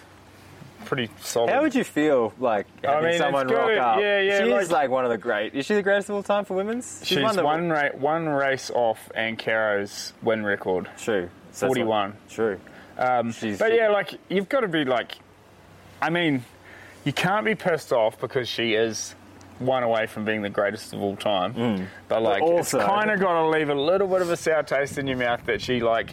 pretty solid.
How would you feel like having
mean, it's
someone
good.
rock up?
Yeah, yeah,
She's
like-
like, one of the great. Is she the greatest of all time for women's?
She's
won the-
one ra- one race off and Caro's win record.
True. So that's
41.
what- True. Um, she's,
But yeah, like you've got to be like, I mean, you can't be pissed off because she is one away from being the greatest of all time. But like,
also-
it's kind of got to leave a little bit of a sour taste in your mouth that she like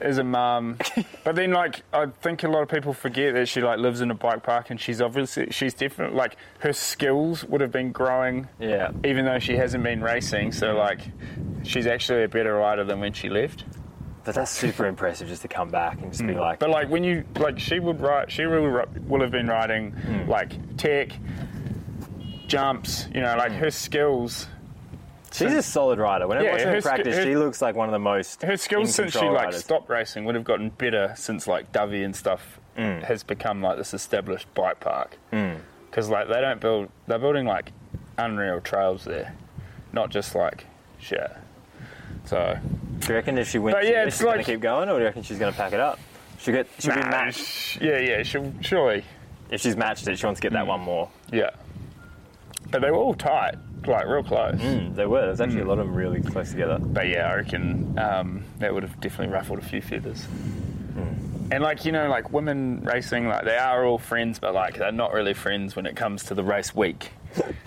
is a mum. but then like, I think a lot of people forget that she like lives in a bike park and she's obviously she's definitely like her skills would have been growing.
yeah.
Even though she hasn't been racing, so like, she's actually a better rider than when she left.
But that's super impressive just to come back and just be like,
Mm. But like when you like, she would write. She really ri- will have been writing like tech, jumps. You know, like her skills.
she's a solid rider. When I
Yeah,
watch her
her
in
sk-
practice,
her-
she looks like one of the most.
Her skills since she
in-control
like
riders.
stopped racing would have gotten better since like Dovey and stuff has become like this established bike park. Because like they don't build, they're building like unreal trails there, not just like shit. So
Do you reckon if she wins,
But yeah,
yeah,
it's
she's going
like-
to keep going, or do you reckon she's going to pack it up? She'll get. She'll be
Nah,
matched.
sh- yeah, yeah, she'll surely
If she's matched it, she wants to get that
Mm.
one more.
yeah. But they were all tight, like real close.
Mm, they were. There's actually a lot of them really close together.
But yeah, I reckon um, that would have definitely ruffled a few feathers. And like you know, like women racing, like they are all friends, but like they're not really friends when it comes to the race week.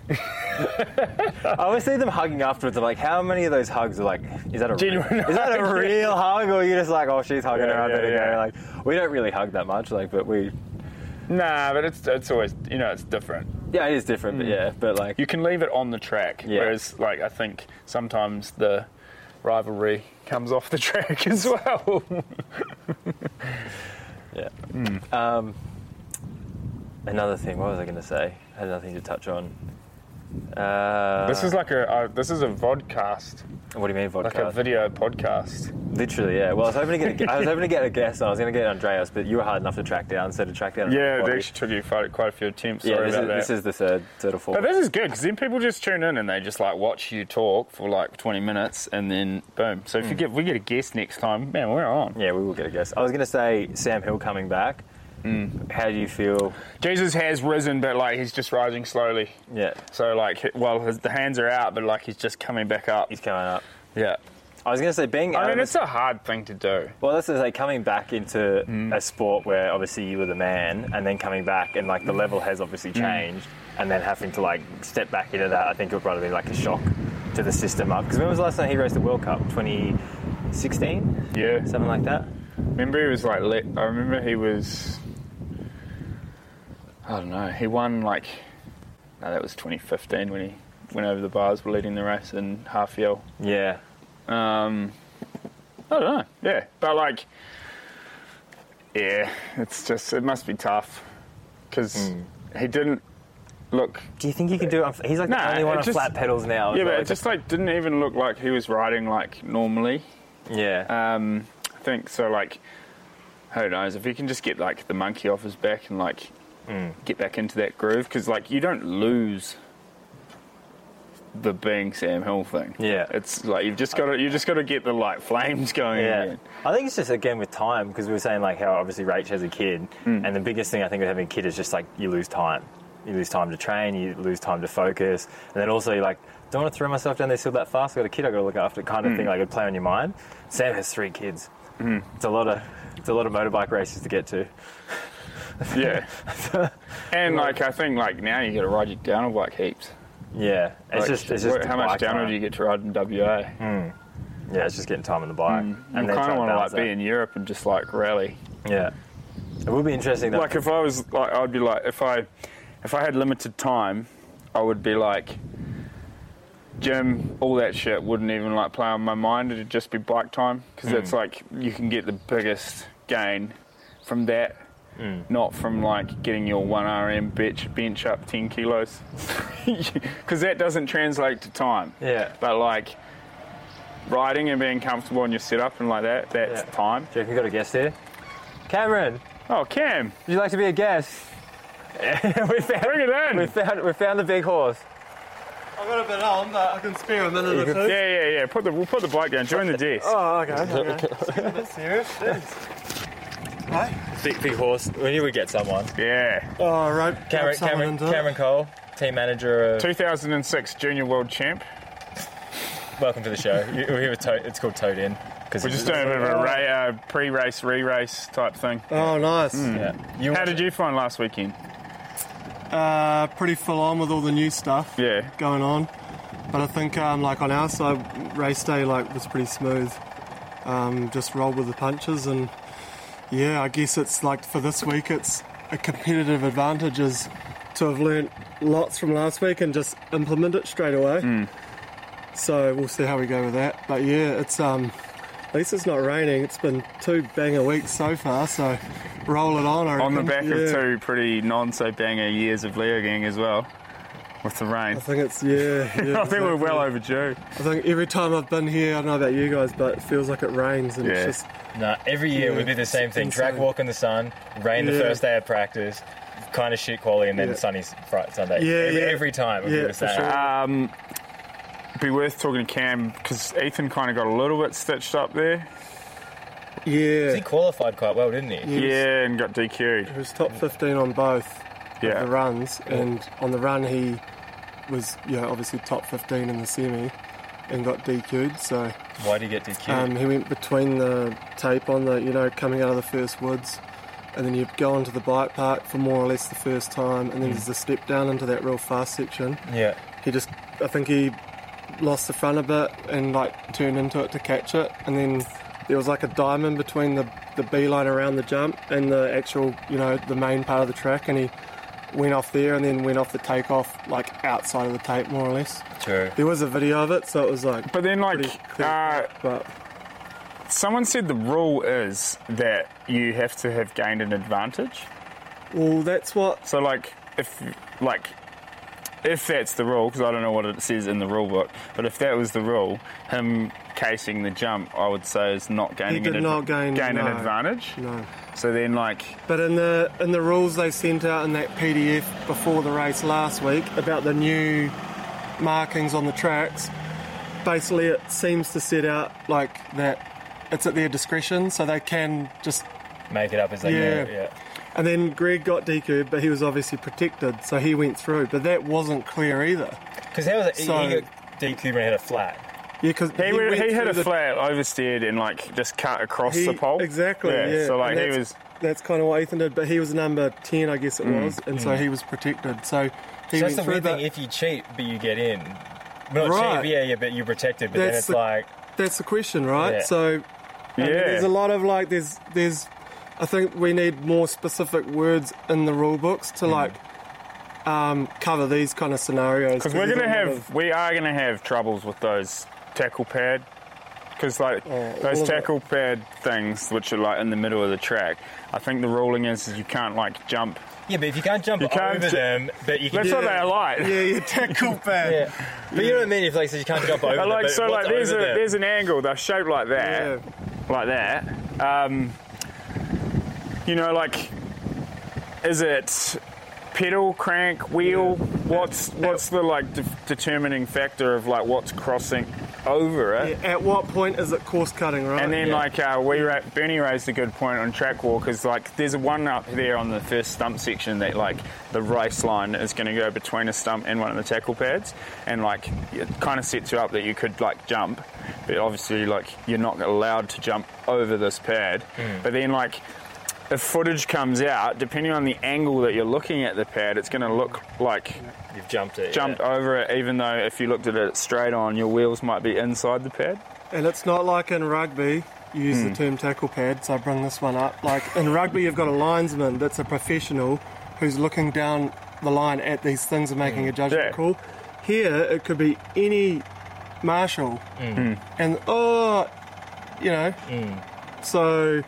I always see them hugging afterwards. I'm like, how many of those hugs are like, is that a
Genuine
real, is that a
hug, yeah.
real hug, or you're just like, oh, she's hugging
Yeah,
her, I
yeah,
better
yeah.
go. Like, we don't really hug that much, like, but we,
Nah, but it's it's always you know it's different.
yeah, it is different,
Mm.
but yeah, but like,
You can leave it on the track,
Yeah.
whereas like I think sometimes the rivalry comes off the track as well.
yeah. Um, another thing, what was I going to say? I had nothing to touch on. Uh,
this is like a uh, this is a vodcast,
what do you mean
like
vodka?
a video podcast.
Literally, yeah. Well, I was hoping to get, a, I was hoping to get a guest, and I was going to get Andreas, but you were hard enough to track down, so to track down.
Yeah, it
Bobby-
actually took you quite quite a few attempts.
yeah.
Sorry
This
about
is,
that.
this is the third, third or fourth.
But this is good because then people just tune in and they just like watch you talk for like 20 minutes and then boom. So if you get we get a guest next time, man, we're on.
Yeah, we will get a guess. I was going to say Sam Hill coming back.
Hmm.
How do you feel?
Jesus has risen, but like he's just rising slowly.
Yeah,
So like, well, his, the hands are out, but like he's just coming back up.
he's coming up.
Yeah. Um,
I was going to say being.
I
out
mean,
of
it's a hard thing to do.
well, that's like coming back into a sport where obviously you were the man, and then coming back and like the level has obviously changed, and then having to like step back into that, I think it would probably be like a shock to the system up. Because when was the last time he raced the World Cup? 2016,
Yeah.
something like that.
Remember he was like lit. I remember he was. I don't know. He won like. No, that was 2015 when he went over the bars, leading the race in half yell.
Yeah,
Um, I don't know. Yeah, but like, yeah, it's just it must be tough because
Hmm.
he didn't look.
do you think he can do it? on- He's like
Nah,
the only one
it
on
just-
flat pedals now.
Yeah,
It's
but it
like-
just like didn't even look like he was riding like normally.
yeah. Uh,
Um, I think so. Like, who knows if he can just get like the monkey off his back and like
Hmm.
get back into that groove because like you don't lose the being Sam Hill thing.
Yeah.
it's like you've just got to you just got to get the like flames going.
Yeah,
again.
I think it's just again with time because we were saying like how obviously Rach has a kid,
Mm.
and the biggest thing I think with having a kid is just like you lose time. You lose time to train, you lose time to focus, and then also you're like, don't want to throw myself down this hill that fast. I got a kid, I got to look after, kind
Mm.
of thing. Like it play on your mind. Sam has three kids. It's a lot of it's a lot of motorbike races to get to.
Yeah. and like I think like now you got to ride your downhill bike heaps.
Yeah, it's
Like,
just it's just Mm.
what- how much
bike
downhill
time.
do you get to ride in WA?
Yeah, it's just getting time on the bike.
I
then
kind of
trying to
want to like
balance
be in Europe and just like rally.
that. Yeah, it would be interesting. Though.
Like if I was like I'd be like if I if I had limited time, I would be like gym, all that shit wouldn't even like play on my mind. It'd just be bike time because it's like you can get the biggest gain from that. Not from like getting your one RM bench bench up ten kilos, because that doesn't translate to time.
yeah,
But like riding and being comfortable in your setup and like that, that's
Yeah.
time.
do you reckon we got a guest here? Cameron,
Oh, Cam,
would you like to be a guest? we found
Bring it in.
we found we found the big horse.
I've got a bit on, but I can spear on none of the
can-
food.
yeah, yeah, yeah. Put the we'll put the bike down. Join the desk.
Oh, okay.
A bit serious. Jeez. Right.
big, big horse. We knew we'd get someone.
Yeah.
Oh, rope.
Cameron,
rope someone
Cameron,
into it.
Cameron Cole, team manager of.
2006 junior world champ.
Welcome to the show. You- We're here with Toad. It's called Toad In. Because
We're just doing a bit of a ra- uh, pre-race, re-race type thing.
Oh, nice.
Yeah. You
How did you find last weekend?
Uh, pretty full on with all the new stuff
Yeah.
going on. But I think, um, like on our side, race day like was pretty smooth. Um, just rolled with the punches, and yeah, I guess it's like for this week, it's a competitive advantage is to have learnt lots from last week and just implement it straight away.
Hmm.
So we'll see how we go with that. But yeah, it's um, at least it's not raining. It's been two banger weeks so far, so roll it on. I
On the
reckon.
back
Yeah.
of two pretty non-so-banger years of Leo gang as well, with the rain.
I think it's yeah. yeah
I think we're
exactly.
well overdue.
I think every time I've been here, I don't know about you guys, but it feels like it rains and
Yeah.
it's just
Nah, every year
Yeah,
we do the same
it's
thing. Track
insane.
walk in the sun, rain the
Yeah.
first day of practice, kind of shit quality, and then
Yeah.
sunny s- Fri- Sunday.
Yeah,
every,
yeah.
every time we do
Yeah,
the
for
same.
sure.
Um, be worth talking to Cam because Ethan kind of got a little bit stitched up there.
yeah.
He qualified quite well, didn't he?
He was-
Yeah, and got DQ'd.
He was top 15 on both
Yeah.
of the runs, and on the run he was yeah obviously top 15 in the semi and got DQ'd. So
Why did he get DQ'd?
um, he went between the tape on the you know coming out of the first woods. And then you go onto the bike park for more or less the first time, and then
Mm.
there's the step down into that real fast section.
yeah.
he just I think he lost the front a bit and like turned into it to catch it and then there was like a diamond between the the beeline around the jump and the actual you know the main part of the track and he went off there and then went off the takeoff like outside of the tape more or less
True.
there was a video of it so it was like
But then,
pretty
like,
clear
uh,
but
someone said the rule is that you have to have gained an advantage.
well that's what
So, like, if like if that's the rule, because I don't know what it says in the rule book, but if that was the rule, him casing the jump, I would say is not gaining
did
an,
not gain-
an
no.
advantage.
no
So then, like,
But in the in the rules they sent out in that PDF before the race last week about the new markings on the tracks, basically it seems to set out like that it's at their discretion, so they can just.
Make it up as they
Yeah.
go. Yeah.
And then Greg got DQ'd, but he was obviously protected, so he went through. But that wasn't clear either.
Because how was it? he-
So-
he got DQ'd when he had a flat.
Yeah, because
He, would, he hit a flat, oversteered, and like just cut across the pole.
Exactly. Yeah.
So like
and
he
that's-
was. Mm.
That's kind of what Ethan did, but he was number ten, I guess it was, and so he was protected. So he
So that's
went
the
through.
weird
but-
thing. If you cheat, but you get in. Well, Not
Right.
cheat, yeah, yeah, but you're protected. But then
That's
it's
the-
like,
That's the question, right?
Yeah.
So I
Yeah.
mean, there's a lot of like there's there's I think we need more specific words in the rule books
Mm.
to like um, cover these kind of scenarios.
Because we're
there's
gonna
a lot
have,
of-
we are gonna have troubles with those tackle pad, because like
all
those
of it.
tackle pad things, which are like in the middle of the track. I think the ruling is, is you can't like jump.
yeah, but if you can't jump
can't
over
ju-
them, but you can.
That's what
Yeah.
they're like.
yeah, you tackle bad.
Yeah. But you know what I mean? If like so you can't jump over,
They're
them,
like
but
so,
what's
like there's a
over them?
there's an angle. They're shaped like
Yeah.
that, like that. Um, you know, like is it pedal, crank, wheel? What's what's the like de- determining factor of like what's crossing over it?
Yeah, At what point is it course cutting, right?
And then,
Yeah.
like, uh, we ra- Bernie raised a good point on track walkers. Like, there's one up there on the first stump section that, like, the race line is going to go between a stump and one of the tackle pads, and like, it kind of sets you up that you could like jump, but obviously, like, you're not allowed to jump over this pad. But then, like, if footage comes out, depending on the angle that you're looking at the pad, it's going to look like
You've jumped it.
jumped over it. Even though if you looked at it straight on, your wheels might be inside the pad.
And it's not like in rugby, you use
Hmm.
the term tackle pad, so I bring this one up. Like in rugby, you've got a linesman that's a professional who's looking down the line at these things and making a judgment
Hmm. Yeah.
call. Here, it could be any marshal,
Hmm.
and oh, you know. So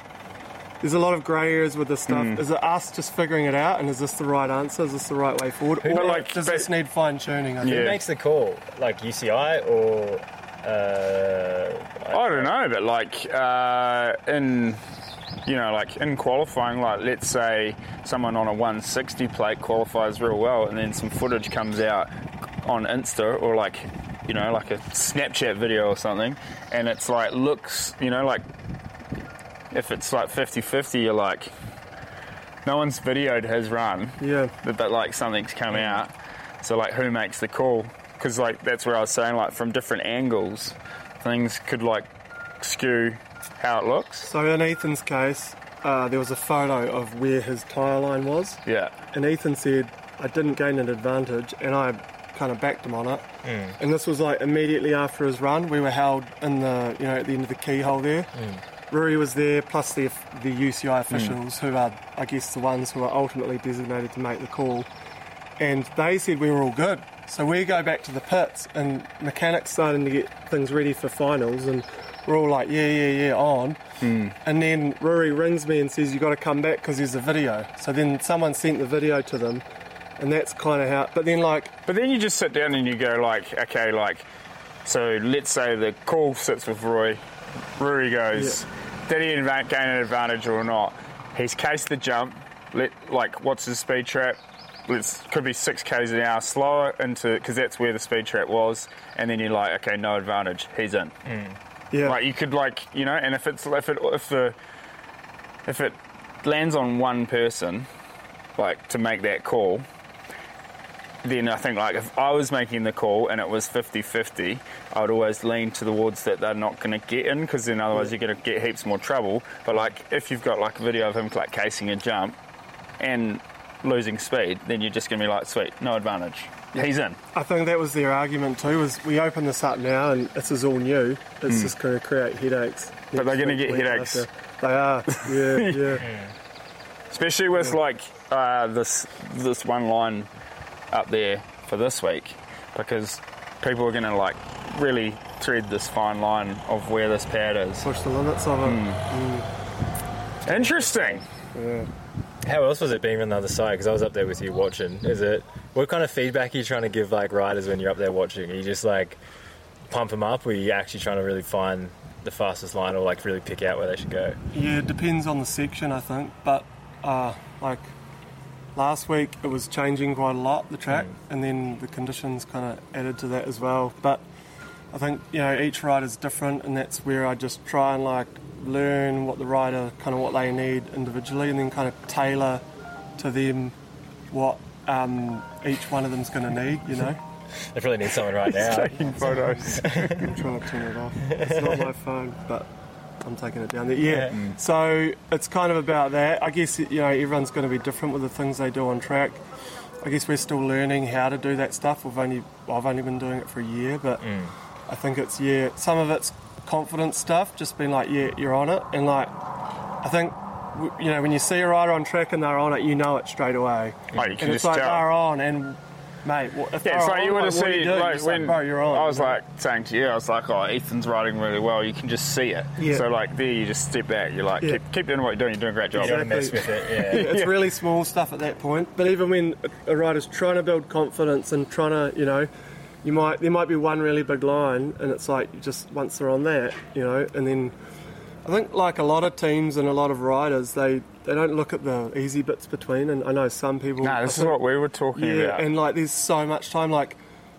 there's a lot of grey areas with this stuff.
Hmm.
Is it us just figuring it out, and is this the right answer? Is this the right way forward? Or
But, like,
does
but-
this need fine tuning? I think?
Yeah.
Who makes the call? Like UCI or uh,
I don't know, but like uh, in you know, like in qualifying, like let's say someone on a 160 plate qualifies real well, and then some footage comes out on Insta or like, you know, like a Snapchat video or something, and it's like looks, you know, like if it's like 50 50, you're like, no one's videoed his run,
Yeah.
but, but like something's come out. So like, who makes the call? Because like that's where I was saying, like from different angles, things could like skew how it looks.
So in Ethan's case, uh, there was a photo of where his tyre line was,
Yeah,
and Ethan said, I didn't gain an advantage, and I kind of backed him on it. And this was like immediately after his run. We were held in the, you know, at the end of the keyhole there. Rory was there, plus the, the UCI officials, who are, I guess, the ones who are ultimately designated to make the call. And they said we were all good. So we go back to the pits, and mechanics starting to get things ready for finals, and we're all like, yeah, yeah, yeah, on. And then Rory rings me and says, you got to come back because there's a video. So then someone sent the video to them, and that's kind of how. But then, like,
but then you just sit down and you go like, okay, like, so let's say the call sits with Roy. Rory goes, did he inva- gain an advantage or not? He's cased the jump. Let like, what's his speed trap? Let's could be six k's an hour slower into because that's where the speed trap was. And then you're like, okay, no advantage. He's in.
yeah.
Like you could like you know, and if it's if it if the if it lands on one person, like to make that call, then I think like if I was making the call and it was 50-50, I would always lean to the wards that they're not going to get in because then otherwise you're going to get heaps more trouble. But like if you've got like a video of him like casing a jump and losing speed, then you're just going to be like, sweet, no advantage. He's in.
I think that was their argument too. Was we open this up now and this is all new. It's just going to create headaches.
Hmm. But they're
next
gonna
week,
get
week
headaches.
after. They are. Yeah, yeah.
especially with like uh, this this one line up there for this week, because people are going to like really thread this fine line of where this pad is.
Push the limits of it.
Hmm. Interesting.
How else was it being on the other side? Because I was up there with you watching. Is it what kind of feedback are you trying to give like riders when you're up there watching? Are you just like pump them up, or are you actually trying to really find the fastest line, or like really pick out where they should go?
Yeah, it depends on the section, I think. But uh, like last week, it was changing quite a lot the track, and then the conditions kind of added to that as well. But I think you know each rider's different, and that's where I just try and like learn what the rider kind of what they need individually, and then kind of tailor to them what um, each one of them's going to need. You know,
They probably need someone right now.
Taking photos.
I'm trying to turn it off. It's not my phone, but I'm taking it down there. Yeah.
Mm.
So it's kind of about that. I guess you know everyone's going to be different with the things they do on track. I guess we're still learning how to do that stuff. We've only I've only been doing it for a year, but
Mm.
I think it's yeah. Some of it's confidence stuff, just being like yeah, you're on it, and like I think w- you know when you see a rider on track and they're on it, you know it straight away.
Like Oh, you can
and it's
just
like
tell.
they're on and. Mate, what, if
Yeah,
they're
it's like
on,
you would have
what do
seen,
do? You're
like
just
when
bro, you're on.
I was
you know?
like saying to you, I was like, "Oh, Ethan's riding really well. You can just see it."
Yeah.
So like there, you just step back. You're like,
Yeah.
keep, "Keep doing what you're doing. You're doing a great job."
You don't mess with it. Yeah.
it's really small stuff at that point. But even when a a rider's trying to build confidence and trying to, you know, you might there might be one really big line, and it's like you just once they're on that, you know, and then I think like a lot of teams and a lot of riders, they they don't look at the easy bits between. And I know some people.
No,
I
this is
think-
what we were talking
yeah,
about.
and like there's so much time. Like,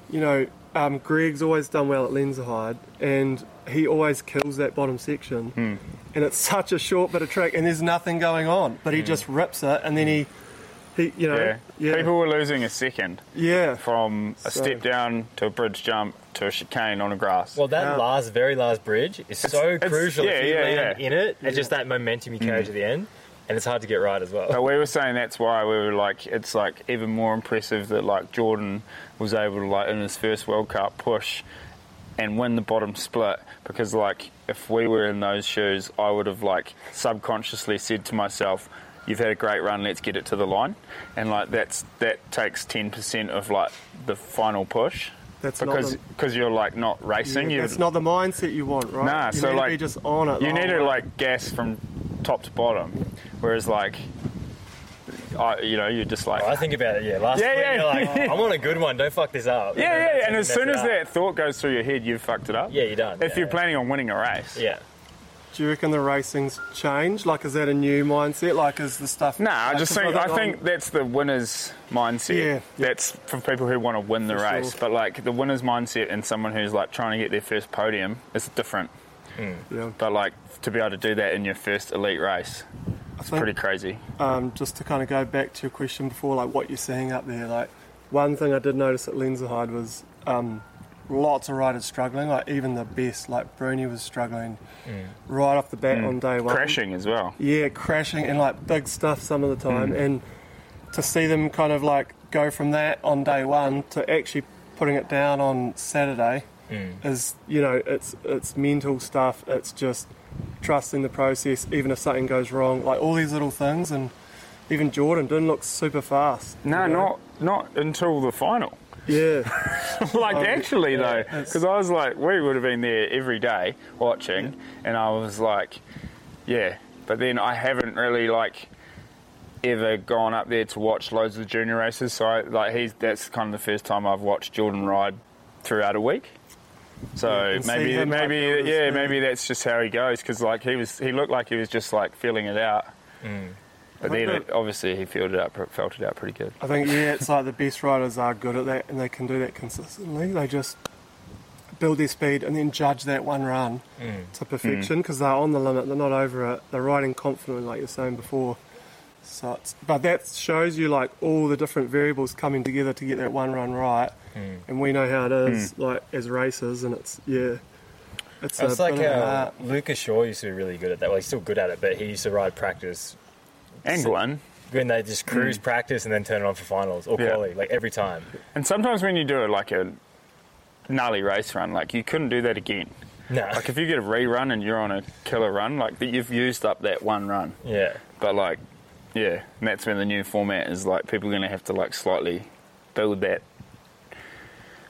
you know, um, Greg's always done well at Lenzerheide, and he always kills that bottom section.
Hmm.
And it's such a short bit of track, and there's nothing going on, but he just rips it, and then he, he, you know,
Hmm. yeah.
yeah, uh, yeah,
people were losing a second
yeah.
from a
So-
step down to a bridge jump to a chicane on a grass.
Well, that last, very last bridge is so
Um, it's-
crucial.
yeah,
if you
yeah,
land
yeah. Mm.
in it, it's just that momentum you carry to the end, and it's hard to get right as well.
But we were saying that's why we were like, it's like even more impressive that like Jordan was able to like in his first World Cup push and win the bottom split because like if we were in those shoes, I would have like subconsciously said to myself, "You've had a great run, let's get it to the line," and like that's that takes ten percent of like the final push.
That's not
because
the-
because you're like not racing. you
It's not the mindset you want, right?
Nah,
you
so
need
like
to be just on it.
You
the
need
whole
to
way.
like gas from top to bottom, whereas like, I you know you're just like.
I think about it, yeah. Last
Yeah,
week,
yeah.
you're like, I want a good one, don't fuck this up. And then
yeah, yeah,
that's
and
when
as
you
soon
mess
as
it up.
that thought goes through your head, you've fucked it up.
Yeah, you're done,
If
yeah,
you're
yeah.
planning on winning a race,
Yeah.
do you reckon the racing's changed? Like, is that a new mindset? Like, is the stuff?
No, I
like,
just
is
think
what
I
they've
think
done-
that's the winner's mindset.
Yeah.
That's for people who want to win the
For
race.
sure.
But like the winner's mindset and someone who's like trying to get their first podium is different.
yeah.
But like to be able to do that in your first elite race, it's
think-
pretty crazy.
Um, just to kind of go back to your question before, like what you're seeing up there, like one thing I did notice at Lenzerheide was um, lots of riders struggling, like even the best, like Bruni was struggling right off the bat on day one.
Crashing as well.
Yeah, crashing and like big stuff some of the time. And to see them kind of like go from that on day one to actually putting it down on Saturday is, you know, it's it's mental stuff. It's just trusting the process, even if something goes wrong, like all these little things. And even Jordan didn't look super fast.
No,
you know?
not not until the final.
yeah,
like actually though,
Um, that's-
because I was like, we would have been there every day watching, and I was like, yeah. But then I haven't really like ever gone up there to watch loads of the junior races. So I, like he's that's kind of the first time I've watched Jordan ride throughout a week.
Yeah,
So
and see
maybe
him
maybe
up there with
yeah
his-
maybe that's just how he goes because like he was he looked like he was just like feeling it out.
Mm.
But then
Wonder-
it, obviously he felt it out felt it out pretty good.
I think yeah, it's like the best riders are good at that, and they can do that consistently. They just build their speed and then judge that one run to perfection because they're on the limit, they're not over it, they're riding confidently, like you're saying before. So, it's, but that shows you like all the different variables coming together to get that one run right, and we know how it is like as racers, and it's yeah, Mm. it's
That's
a
like
bit of an
how
art.
Lucas Shaw used to be really good at that. Well, he's still good at it, but he used to ride practice
And
So-
Glenn.
when they just cruise practice and then turn it on for finals or
Yeah.
quali, like every time.
And sometimes when you do it like a gnarly race run, like you couldn't do that again.
Nah.
Like if you get a rerun and you're on a killer run, like that you've used up that one run.
yeah.
But like, yeah, and that's when the new format is like people are going to have to like slightly build that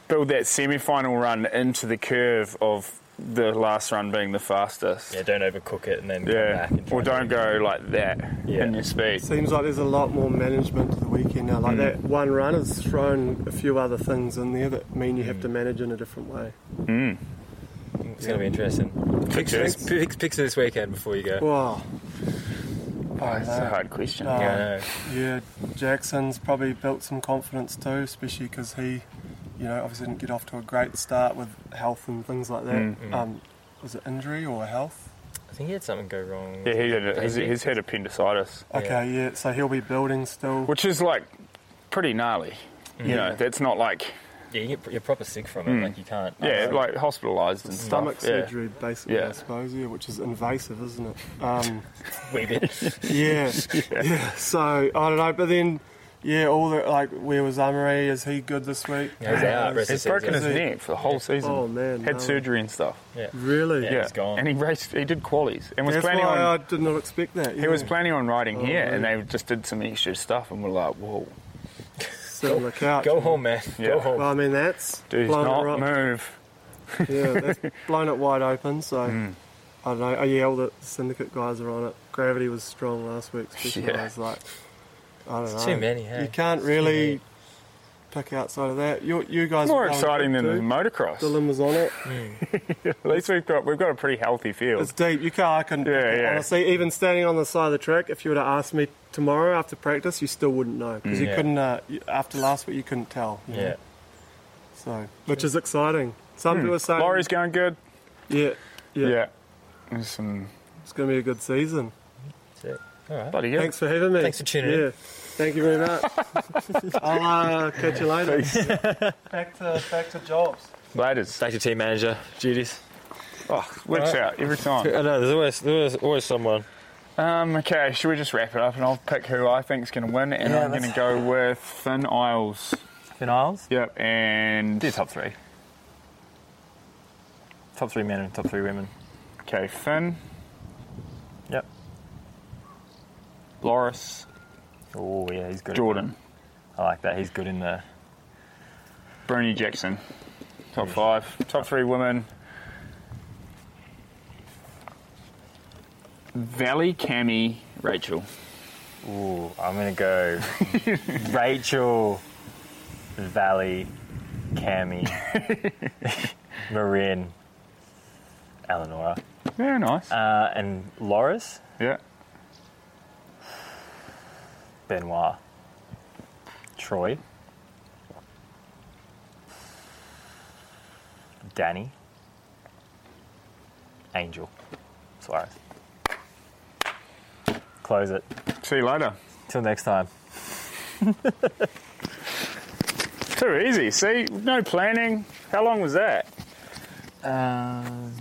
build that semi-final run into the curve of the last run being the fastest.
Yeah, don't overcook it and then
Yeah.
come back. And try
Or
and
don't go like that
Yeah.
in your speed.
Seems like there's a lot more management to the weekend now. Like
Hmm.
that one run has thrown a few other things in there that mean you have
Hmm.
to manage in a different way.
It's going to be interesting. Picks
Okay.
this, picks, picks this weekend before you go. Oh,
Wow.
That's a Oh, hard question.
No.
yeah, I know.
Yeah, Jackson's probably built some confidence too, especially because he, you know, obviously didn't get off to a great start with health and things like that.
Hmm,
Um, was it injury or health?
I think he had something go wrong.
Yeah, he had a, he's, he's had appendicitis.
Okay, yeah, so he'll be building still.
which is like pretty gnarly. You know, that's not like
Yeah, you get, you're proper sick from it. Like you can't.
yeah,
uh,
like hospitalised and
Stomach
stuff. yeah.
surgery, basically,
Yeah.
I suppose, yeah, which is invasive, isn't it? Um,
we did.
yeah, yeah. So I don't know, but then, yeah, all the like, where was Amory? Is he good this week?
Yeah, he's out, rest
He's
Yeah.
broken his
Yeah.
neck for the whole season.
Oh, man,
had
no.
surgery and stuff.
Yeah.
Really?
Yeah.
Yeah,
he's gone.
And he raced. He did qualies and was
That's why
planning on.
I did not expect that.
He was
yeah. Oh,
planning on riding here, and
man.
they just did some extra stuff, and we're like, whoa,
sitting on the couch.
Go home, man. Go
Yeah.
home.
Well, I mean, that's
dude,
blown
not
it right-
move.
Yeah, that's blown it wide open. So
Hmm.
I don't know. Oh, yeah, all the syndicate guys are on it. Gravity was strong last week. Especially
Yeah.
I was like, I don't know.
too many, hey?
um, You can't
Too
really
many.
pick outside of that. You, you guys
More
were going
exciting
good
than the
too.
motocross.
Dylan was on it.
At least we've got we've got a pretty healthy
It's
field.
deep. You can't. I couldn't.
Yeah,
pick it.
yeah.
Honestly, even standing on the side of the track, if you would have asked me tomorrow after practice, you still wouldn't know because
Mm.
you
Yeah.
couldn't. Uh, you- after last week, you couldn't tell. you know?
Yeah.
So, which is exciting. Some people are saying,
Hmm. Laurie's going good.
yeah, yeah,
Yeah. There's some
it's going to be a good season.
That's it. All right.
bloody good.
Thanks for having me.
Thanks for tuning in.
Yeah. Thank you very much. I'll uh, catch you later. back to back to jobs.
Laters.
Back to team manager duties.
Oh, works
Alright.
out every time.
I know. There's always there's always someone.
Um, okay, should we just wrap it up and I'll pick who I think's going to win, and
Yeah,
I'm going
let's-
to go with Finn Isles.
Finn Isles.
Yep, and
They're top three. Top three men and top three women.
okay, Finn,
Yep.
Loris,
Oh yeah, he's good. at
Jordan,
that. I like that. He's good in the.
Bruni Jackson. Top five, top three women. Valley, Cammy, Rachel.
Ooh, I'm gonna go. Rachel, Valley, Cammy, Marin, Eleonora.
Yeah, nice.
uh, and Loris
yeah.
Benoit, Troy, Danny, Angel, Suarez. Close it.
See you later.
Till next time.
Too easy. See, no planning. How long was that?
Um,